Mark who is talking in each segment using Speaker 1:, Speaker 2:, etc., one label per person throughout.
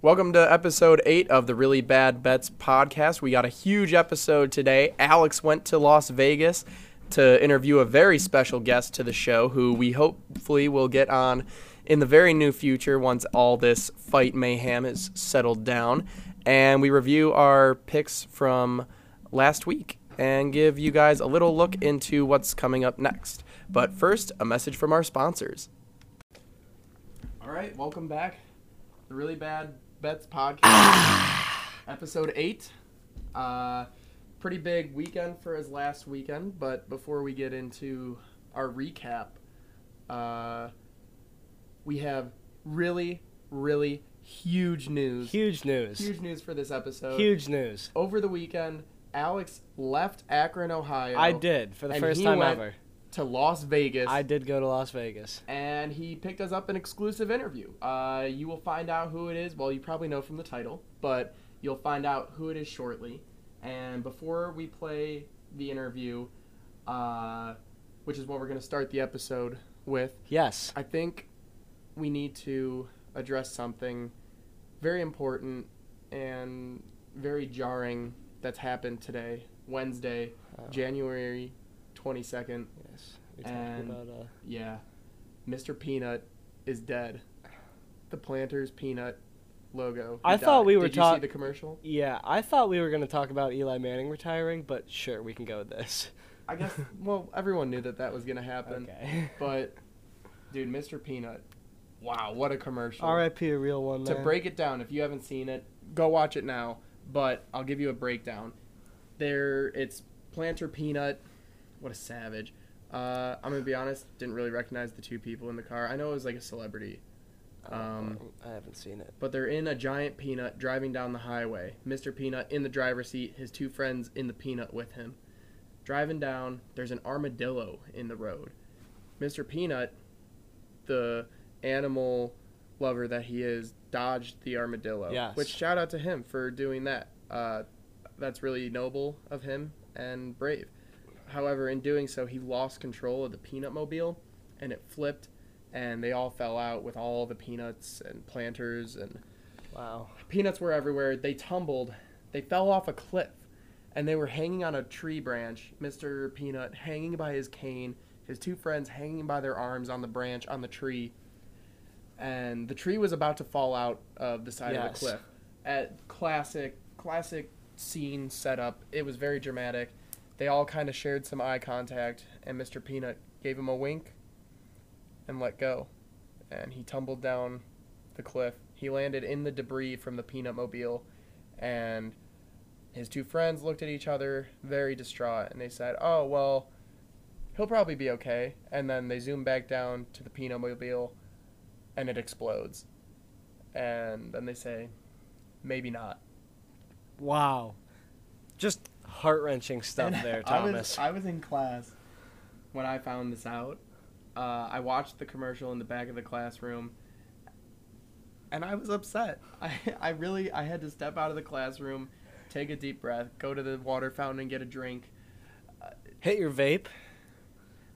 Speaker 1: Welcome to episode eight of the Really Bad Bets podcast. We got a huge episode today. Alex went to Las Vegas to interview a very special guest to the show who we hopefully will get on in the very new future once all this fight mayhem is settled down. And we review our picks from last week and give you guys a little look into what's coming up next. But first, a message from our sponsors. All right, welcome back. The Really Bad Bets Podcast, episode eight. Uh, pretty big weekend for his last weekend, but before we get into our recap, uh, we have really, really huge news.
Speaker 2: Huge news. Huge,
Speaker 1: Huge news for this episode.
Speaker 2: news.
Speaker 1: Over the weekend, Alex left Akron, Ohio.
Speaker 2: I did for the
Speaker 1: And
Speaker 2: first
Speaker 1: he
Speaker 2: time
Speaker 1: went-
Speaker 2: ever.
Speaker 1: To Las Vegas.
Speaker 2: I did go to Las Vegas.
Speaker 1: and he picked us up an exclusive interview. Uh, you will find out who it is. Well, you probably know from the title, but you'll find out who it is shortly. And before we play the interview, uh, which is what we're going to start the episode with,
Speaker 2: Yes.
Speaker 1: I think we need to address something very important and very jarring that's happened today, Wednesday,
Speaker 2: Oh.
Speaker 1: January 22nd.
Speaker 2: Yes. We talked
Speaker 1: And-
Speaker 2: about, uh,
Speaker 1: Yeah. Mr. Peanut is dead. The Planters Peanut logo.
Speaker 2: I thought we were
Speaker 1: Did you
Speaker 2: talk-
Speaker 1: see the commercial?
Speaker 2: yeah, I thought we were going to talk about Eli Manning retiring, but sure, we can go with this.
Speaker 1: I guess. Well, everyone knew that that was gonna happen.
Speaker 2: Okay.
Speaker 1: But, dude, Mr. Peanut. Wow, what a commercial.
Speaker 2: RIP a real one.
Speaker 1: To
Speaker 2: man.
Speaker 1: break it down, if you haven't seen it, go watch it now. But I'll give you a breakdown. There, it's Planter Peanut. What a savage. Uh, I'm gonna be honest. Didn't really recognize the two people in the car. I know it was like a celebrity. um,
Speaker 2: Oh, I haven't seen it.
Speaker 1: but they're in a giant peanut driving down the highway. Mr. Peanut in the driver's seat, his two friends in the peanut with him. Driving down, there's an armadillo in the road. Mr. Peanut, the animal lover that he is, dodged the armadillo.
Speaker 2: Yes.
Speaker 1: Which shout out to him for doing that. Uh, that's really noble of him and brave. However, in doing so, he lost control of the peanut mobile, and it flipped, and they all fell out with all the peanuts and planters and
Speaker 2: Wow.
Speaker 1: peanuts were everywhere. They tumbled, they fell off a cliff, and they were hanging on a tree branch. Mr. Peanut hanging by his cane, his two friends hanging by their arms on the branch on the tree, and the tree was about to fall out of the side of the
Speaker 2: Yes.
Speaker 1: cliff. At classic, classic scene setup. It was very dramatic. They all kind of shared some eye contact, and Mr. Peanut gave him a wink and let go. And he tumbled down the cliff. He landed in the debris from the peanut mobile, and his two friends looked at each other, very distraught, and they said, "Oh well, he'll probably be okay." And then they zoom back down to the peanut mobile, and it explodes. And then they say, "Maybe not."
Speaker 2: Wow. Just heart wrenching stuff
Speaker 1: And
Speaker 2: there,
Speaker 1: I was-
Speaker 2: Thomas.
Speaker 1: I was, in class when I found this out. Uh, I watched the commercial in the back of the classroom, and I was upset. I, I really I had to step out of the classroom, take a deep breath, go to the water fountain and get a drink.
Speaker 2: Hit your vape.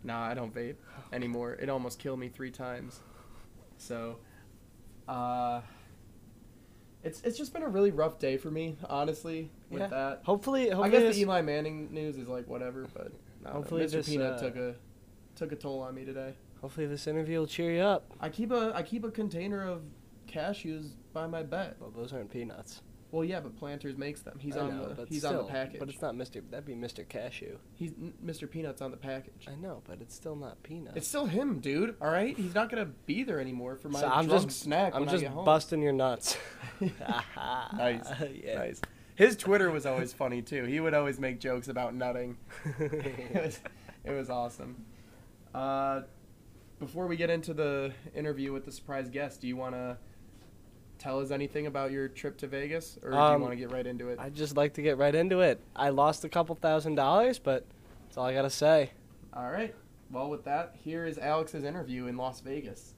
Speaker 1: Nah, I don't vape anymore. It almost killed me three times. So, uh, it's it's just been a really rough day for me, honestly. With
Speaker 2: Yeah.
Speaker 1: that,
Speaker 2: Hopefully,
Speaker 1: I
Speaker 2: hopefully
Speaker 1: guess
Speaker 2: this-
Speaker 1: the Eli Manning news is like whatever, but no,
Speaker 2: Hopefully
Speaker 1: Mr.
Speaker 2: this,
Speaker 1: Peanut
Speaker 2: uh,
Speaker 1: took a took a toll on me today.
Speaker 2: hopefully this interview will cheer you up.
Speaker 1: I keep a I keep a container of cashews by my bed.
Speaker 2: Well, those aren't peanuts.
Speaker 1: Well, yeah, but Planters makes them. He's
Speaker 2: I
Speaker 1: on
Speaker 2: know,
Speaker 1: the
Speaker 2: but
Speaker 1: he's on the
Speaker 2: still,
Speaker 1: package.
Speaker 2: But it's not Mr. That'd be Mr. Cashew.
Speaker 1: he's n- Mr. Peanut's on the package.
Speaker 2: I know, but it's still not peanut.
Speaker 1: It's still him, dude. All right, he's not gonna be there anymore for my
Speaker 2: So I'm
Speaker 1: drunk
Speaker 2: just
Speaker 1: snack
Speaker 2: I'm
Speaker 1: when
Speaker 2: just
Speaker 1: I get home.
Speaker 2: busting your nuts.
Speaker 1: nice,
Speaker 2: Yeah.
Speaker 1: nice. His Twitter was always funny too. He would always make jokes about nutting. it was it was awesome. Uh, before we get into the interview with the surprise guest, do you want to tell us anything about your trip to Vegas, or do you
Speaker 2: Um,
Speaker 1: want to get right into it?
Speaker 2: I'd just like to get right into it. I lost a couple thousand dollars, but that's all I gotta say.
Speaker 1: All right. Well, with that, here is Alex's interview in Las Vegas.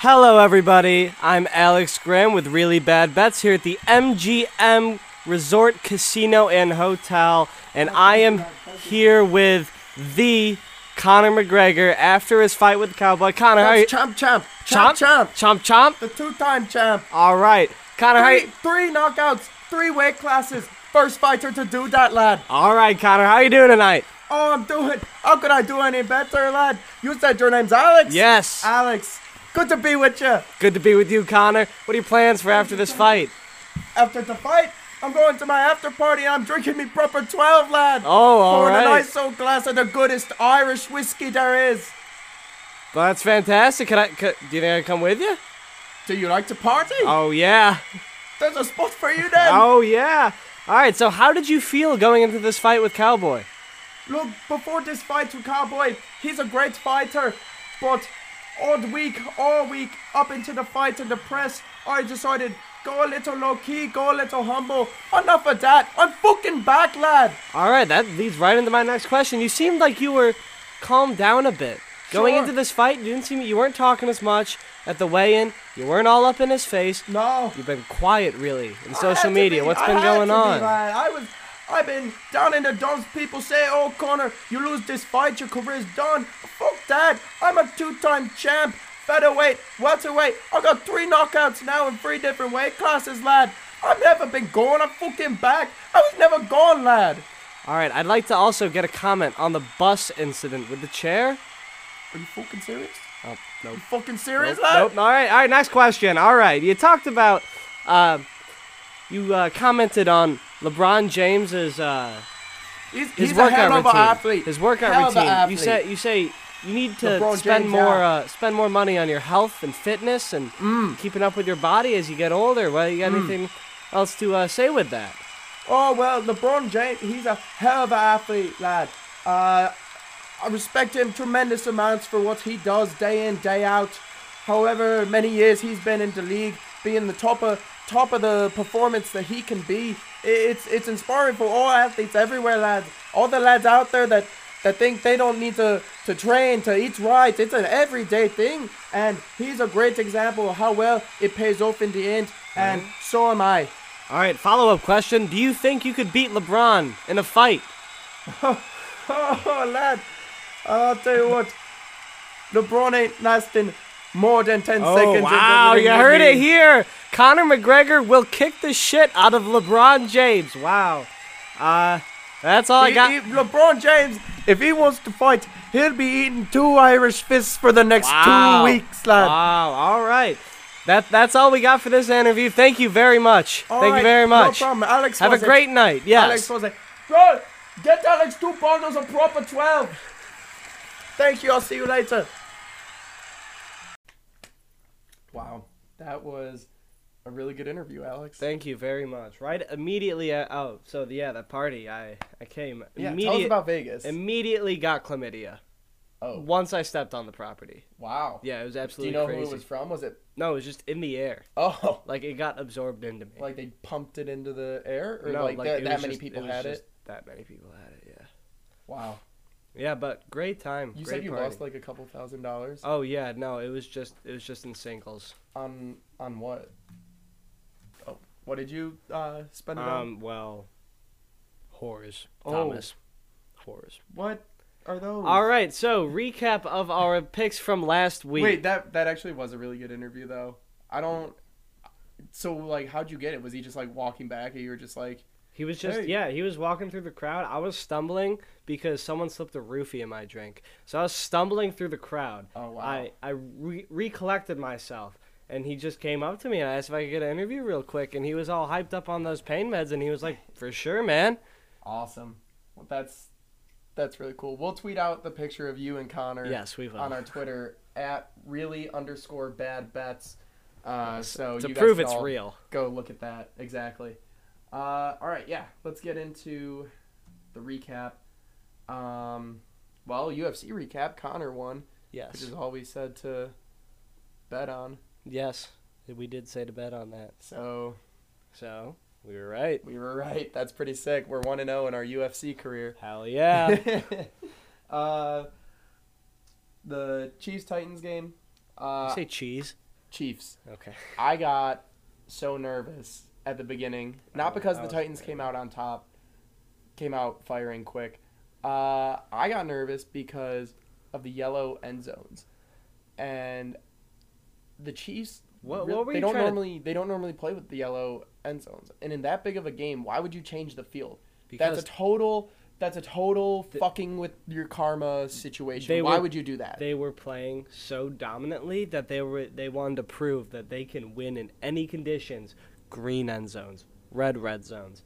Speaker 2: Hello, everybody. I'm Alex Graham with Really Bad Bets here at the MGM Resort Casino and Hotel, and I am here with the Conor McGregor after his fight with Cowboy. Conor, how are you?
Speaker 1: That's Chomp, chomp,
Speaker 2: Chomp,
Speaker 1: chomp, chomp.
Speaker 2: chomp, chomp.
Speaker 1: The two-time champ.
Speaker 2: All right, Conor, how are
Speaker 1: Three,
Speaker 2: you?
Speaker 1: three knockouts, three weight classes. First fighter to do that, lad.
Speaker 2: All right, Conor, how you doing tonight?
Speaker 1: Oh, I'm doing. How could I do any better, lad? You said your name's Alex.
Speaker 2: Yes,
Speaker 1: Alex, good to be with you.
Speaker 2: Uh, good to be with you, Conor. What are your plans for after this fight?
Speaker 1: After the fight, I'm going to my after party. I'm drinking me proper 12, lad.
Speaker 2: Oh, all
Speaker 1: Pouring
Speaker 2: right.
Speaker 1: a nice old glass of the goodest Irish whiskey there is.
Speaker 2: Well, that's fantastic. Can I? Can, do you think I can come with you?
Speaker 1: Do you like to party?
Speaker 2: Oh yeah.
Speaker 1: There's a spot for you then.
Speaker 2: Oh yeah. All right. So, how did you feel going into this fight with Cowboy?
Speaker 1: Look, before this fight with Cowboy, he's a great fighter, but all week, all week, up into the fight and the press, I decided go a little low key, go a little humble. Enough of that. I'm fucking back, lad.
Speaker 2: All right. That leads right into my next question. You seemed like you were calmed down a bit going
Speaker 1: Sure.
Speaker 2: into this fight. You didn't seem you weren't talking as much at the weigh-in. You weren't all up in his face.
Speaker 1: No.
Speaker 2: You've been quiet, really, in
Speaker 1: I had to
Speaker 2: social media.
Speaker 1: be-
Speaker 2: What's
Speaker 1: I
Speaker 2: been
Speaker 1: had
Speaker 2: going
Speaker 1: to be,
Speaker 2: on?
Speaker 1: lad. I was, I've been down in the dumps. People say, "Oh, Connor, you lose this fight, your career's done." Fuck that. I'm a two-time champ, featherweight, welterweight. I got three knockouts now in three different weight classes, lad. I've never been gone. I'm fucking back. I was never gone, lad.
Speaker 2: All right. I'd like to also get a comment on the bus incident with the chair.
Speaker 1: Are you fucking serious?
Speaker 2: Oh no.
Speaker 1: You fucking serious,
Speaker 2: Nope,
Speaker 1: lad?
Speaker 2: nope. All right. All right. Next question. All right. You talked about, uh, you uh, commented on LeBron James's uh,
Speaker 1: He's,
Speaker 2: his
Speaker 1: he's a
Speaker 2: workout
Speaker 1: hell of
Speaker 2: routine.
Speaker 1: an athlete.
Speaker 2: His workout
Speaker 1: Hell of a
Speaker 2: routine. You
Speaker 1: athlete.
Speaker 2: say you say you need to
Speaker 1: LeBron
Speaker 2: spend
Speaker 1: James,
Speaker 2: more
Speaker 1: yeah.
Speaker 2: uh, spend more money on your health and fitness and
Speaker 1: Mm.
Speaker 2: keeping up with your body as you get older. Well, you got anything else to uh, say with that?
Speaker 1: Oh well, LeBron James, he's a hell of an athlete, lad. Uh, I respect him tremendous amounts for what he does day in, day out. However many years he's been in the league, being the top of top of the performance that he can be, i- it's it's inspiring for all athletes everywhere, lads. All the lads out there that that think they don't need to to train to eat right. It's an everyday thing, and he's a great example of how well it pays off in the end. And so am I.
Speaker 2: All right. Follow up question. Do you think you could beat LeBron in a fight?
Speaker 1: Oh, lad. I'll tell you what. LeBron ain't lasting more than 10 seconds. in the
Speaker 2: Oh, wow,
Speaker 1: ring
Speaker 2: you
Speaker 1: with
Speaker 2: heard it
Speaker 1: me.
Speaker 2: here. Conor McGregor will kick the shit out of LeBron James. Wow. Uh, that's all I
Speaker 1: He-
Speaker 2: got.
Speaker 1: he- LeBron James, if he wants to fight, he'll be eating two Irish fists for the next
Speaker 2: wow.
Speaker 1: two weeks, lad.
Speaker 2: Wow, all right. That, that's all we got for this interview. Thank you very much.
Speaker 1: All
Speaker 2: Thank
Speaker 1: right,
Speaker 2: you very much.
Speaker 1: No problem. Alex
Speaker 2: Have a
Speaker 1: was it.
Speaker 2: great night. Yes.
Speaker 1: Alex was it. Bro, get Alex two bundles of proper 12. Thank you. I'll see you later.
Speaker 3: Wow, that was a really good interview, Alex.
Speaker 2: Thank you very much. Right immediately. Uh, oh, so yeah, that party. I I came.
Speaker 3: yeah, tell us
Speaker 2: immediate-
Speaker 3: about Vegas.
Speaker 2: immediately got chlamydia
Speaker 3: oh,
Speaker 2: once I stepped on the property.
Speaker 3: wow.
Speaker 2: Yeah, it was
Speaker 3: Do you
Speaker 2: absolutely
Speaker 3: know
Speaker 2: crazy.
Speaker 3: who it was from? Was it?
Speaker 2: No, it was just in the air.
Speaker 3: Oh,
Speaker 2: Like it got absorbed into me.
Speaker 3: like they pumped it into the air, or
Speaker 2: No,
Speaker 3: like,
Speaker 2: it
Speaker 3: that, that
Speaker 2: was
Speaker 3: many
Speaker 2: just-
Speaker 3: people
Speaker 2: was
Speaker 3: had
Speaker 2: just
Speaker 3: it.
Speaker 2: That many people had it. Yeah.
Speaker 3: Wow.
Speaker 2: Yeah, but great time.
Speaker 3: You
Speaker 2: great
Speaker 3: said you
Speaker 2: party.
Speaker 3: lost like a couple thousand dollars
Speaker 2: Oh yeah, no, it was just it was just in singles.
Speaker 3: on on what? Oh, what did you uh, spend it on?
Speaker 2: Um, well, whores,
Speaker 3: Oh.
Speaker 2: Thomas, whores.
Speaker 3: What are those?
Speaker 2: All right, so recap of our picks from last week.
Speaker 3: Wait, that that actually was a really good interview though. I don't. So like, how'd you get it? Was he just like walking back, and you were just like,
Speaker 2: He was just
Speaker 3: Hey.
Speaker 2: yeah, he was walking through the crowd. I was stumbling because someone slipped a roofie in my drink. So I was stumbling through the crowd.
Speaker 3: Oh, wow.
Speaker 2: I I re- recollected myself and he just came up to me and I asked if I could get an interview real quick and he was all hyped up on those pain meds and he was like, "For sure, man."
Speaker 3: awesome? Well, that's that's really cool. We'll tweet out the picture of you and Connor.
Speaker 2: Yes, we will.
Speaker 3: On our Twitter at really underscore bad bets. Uh, so
Speaker 2: to
Speaker 3: you guys
Speaker 2: prove
Speaker 3: can
Speaker 2: it's
Speaker 3: all
Speaker 2: real.
Speaker 3: Go look at that exactly. Uh, all right, yeah. Let's get into the recap. Um, well, UFC recap. Connor won, which
Speaker 2: Yes.
Speaker 3: is all we said to bet on.
Speaker 2: Yes. We did say to bet on that.
Speaker 3: So
Speaker 2: So, we were right.
Speaker 3: we were right. That's pretty sick. We're one and zero in our UFC career.
Speaker 2: Hell yeah.
Speaker 3: uh, the Chiefs Titans game.
Speaker 2: You
Speaker 3: Uh,
Speaker 2: say cheese.
Speaker 3: Chiefs.
Speaker 2: Okay.
Speaker 3: I got so nervous at the beginning, not
Speaker 2: Oh,
Speaker 3: because
Speaker 2: that
Speaker 3: the
Speaker 2: was
Speaker 3: Titans
Speaker 2: great.
Speaker 3: came out on top, came out firing quick. Uh, I got nervous because
Speaker 1: of the yellow end zones, and the Chiefs.
Speaker 2: What-
Speaker 1: real-
Speaker 2: what were
Speaker 1: they
Speaker 2: you
Speaker 1: don't
Speaker 2: trying to-
Speaker 1: normally they don't normally play with the yellow end zones, and in that big of a game, why would you change the field?
Speaker 2: Because-
Speaker 1: that's a total. That's a total fucking with your karma situation.
Speaker 2: They
Speaker 1: Why
Speaker 2: were-
Speaker 1: would you do that?
Speaker 2: They were playing so dominantly that they were they wanted to prove that they can win in any conditions. Green end zones, red red zones,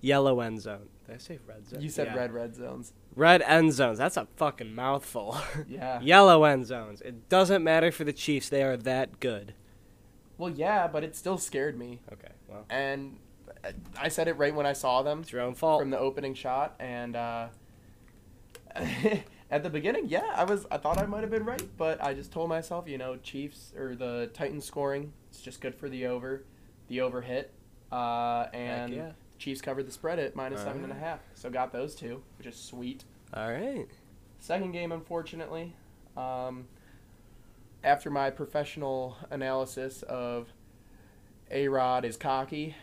Speaker 2: yellow end zone. Did I say red zone?
Speaker 1: you said
Speaker 2: Yeah.
Speaker 1: red red zones.
Speaker 2: Red end zones. That's a fucking mouthful.
Speaker 1: Yeah.
Speaker 2: Yellow end zones. It doesn't matter for the Chiefs. They are that good.
Speaker 1: Well, yeah, but it still scared me,
Speaker 2: Okay. Well,
Speaker 1: and I said it right when I saw them.
Speaker 2: it's your own fault.
Speaker 1: from the opening shot and uh, at the beginning yeah i was i thought i might have been right but i just told myself you know chiefs or the titans scoring it's just good for the over the over hit uh, and
Speaker 2: yeah.
Speaker 1: chiefs covered the spread at minus seven and a
Speaker 2: Alright.
Speaker 1: half so got those two which is sweet
Speaker 2: All right.
Speaker 1: second game unfortunately um, after my professional analysis of a rod is cocky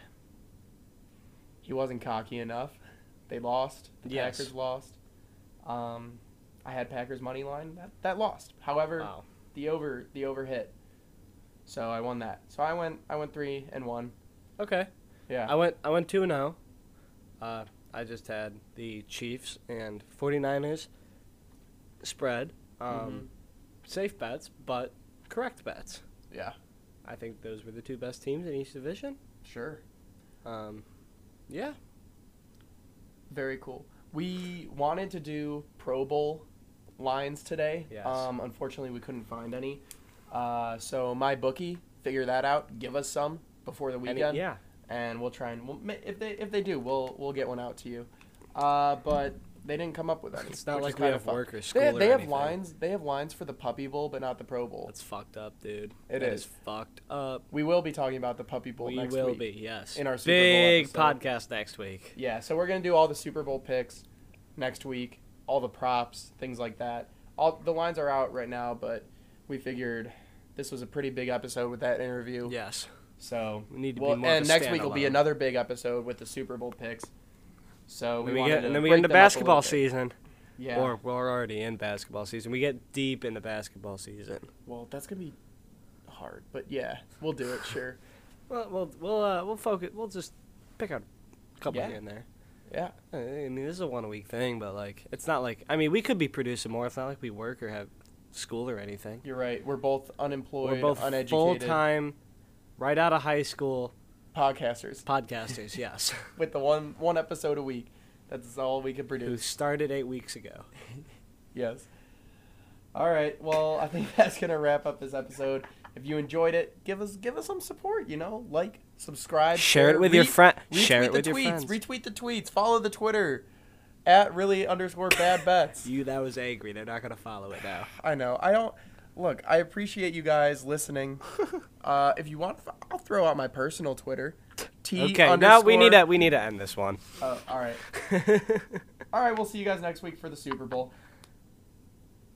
Speaker 1: he wasn't cocky enough they lost the
Speaker 2: Yes.
Speaker 1: packers lost um, i had packers money line that, that lost however
Speaker 2: Wow.
Speaker 1: the over the over hit so i won that so i went i went three and one
Speaker 2: Okay.
Speaker 1: yeah
Speaker 2: I went I went 2 0. Uh, I just had the Chiefs and 49ers spread. Um,
Speaker 1: Mhm.
Speaker 2: Safe bets, but correct bets.
Speaker 1: yeah
Speaker 2: I think those were the two best teams in each division.
Speaker 1: sure
Speaker 2: Um, yeah.
Speaker 1: Very cool. We wanted to do Pro Bowl lines today.
Speaker 2: Yes.
Speaker 1: Um, unfortunately, we couldn't find any. Uh, so my bookie, figure that out. Give us some before the
Speaker 2: And
Speaker 1: weekend,
Speaker 2: it- yeah.
Speaker 1: and we'll try and we'll, ma- if they if they do, we'll we'll get one out to you. Uh, but they didn't come up with any.
Speaker 2: It's not
Speaker 1: which
Speaker 2: like
Speaker 1: is
Speaker 2: we
Speaker 1: kinda
Speaker 2: have
Speaker 1: fun.
Speaker 2: work or school
Speaker 1: They,
Speaker 2: or
Speaker 1: they have
Speaker 2: anything.
Speaker 1: lines. They have lines for the Puppy Bowl, but not the Pro Bowl.
Speaker 2: That's fucked up, dude.
Speaker 1: It
Speaker 2: It is
Speaker 1: is.
Speaker 2: fucked up.
Speaker 1: We will be talking about the Puppy Bowl
Speaker 2: we
Speaker 1: next
Speaker 2: will
Speaker 1: week.
Speaker 2: be, yes.
Speaker 1: in our Super Bowl
Speaker 2: Big
Speaker 1: episode.
Speaker 2: podcast next week.
Speaker 1: Yeah, so we're gonna do all the Super Bowl picks next week, all the props, things like that. All the lines are out right now, but we figured this was a pretty big episode with that interview.
Speaker 2: Yes.
Speaker 1: So
Speaker 2: We need to be
Speaker 1: well,
Speaker 2: more of
Speaker 1: and
Speaker 2: a
Speaker 1: next week will be
Speaker 2: standalone.
Speaker 1: another big episode with the Super Bowl picks. So we
Speaker 2: Then we
Speaker 1: wanted
Speaker 2: get,
Speaker 1: to
Speaker 2: and then we
Speaker 1: break
Speaker 2: get into
Speaker 1: them up a little
Speaker 2: basketball
Speaker 1: bit.
Speaker 2: season.
Speaker 1: Yeah.
Speaker 2: Or we're already in basketball season. We get deep into basketball season.
Speaker 1: well, that's gonna be hard, but yeah, we'll do it. Sure.
Speaker 2: Well, we'll we'll uh, we'll focus. We'll just pick out a couple
Speaker 1: Yeah.
Speaker 2: here and there.
Speaker 1: Yeah.
Speaker 2: I I mean, this is a one a week thing, but like, it's not like I mean, we could be producing more. It's not like we work or have school or anything.
Speaker 1: You're right. We're both unemployed,
Speaker 2: We're both full
Speaker 1: uneducated
Speaker 2: time, right out of high school
Speaker 1: podcasters
Speaker 2: podcasters. yes,
Speaker 1: with the one one episode a week. That's all we could
Speaker 2: who
Speaker 1: produce.
Speaker 2: started eight weeks ago.
Speaker 1: Yes. All right. Well, I think that's gonna wrap up this episode. If you enjoyed it, give us give us some support. You know, like, subscribe,
Speaker 2: Share it with your friend-
Speaker 1: retweet
Speaker 2: share it
Speaker 1: the
Speaker 2: with your
Speaker 1: tweets,
Speaker 2: friends.
Speaker 1: Retweet the tweets. Follow the Twitter at really underscore bad bets.
Speaker 2: You that was angry. They're not gonna follow it now.
Speaker 1: I know. I don't. Look, I appreciate you guys listening. Uh, if you want, I'll throw out my personal Twitter. T
Speaker 2: Okay, now we
Speaker 1: underscore-
Speaker 2: need to we need to end this one.
Speaker 1: Oh, all right. All right. We'll see you guys next week for the Super Bowl.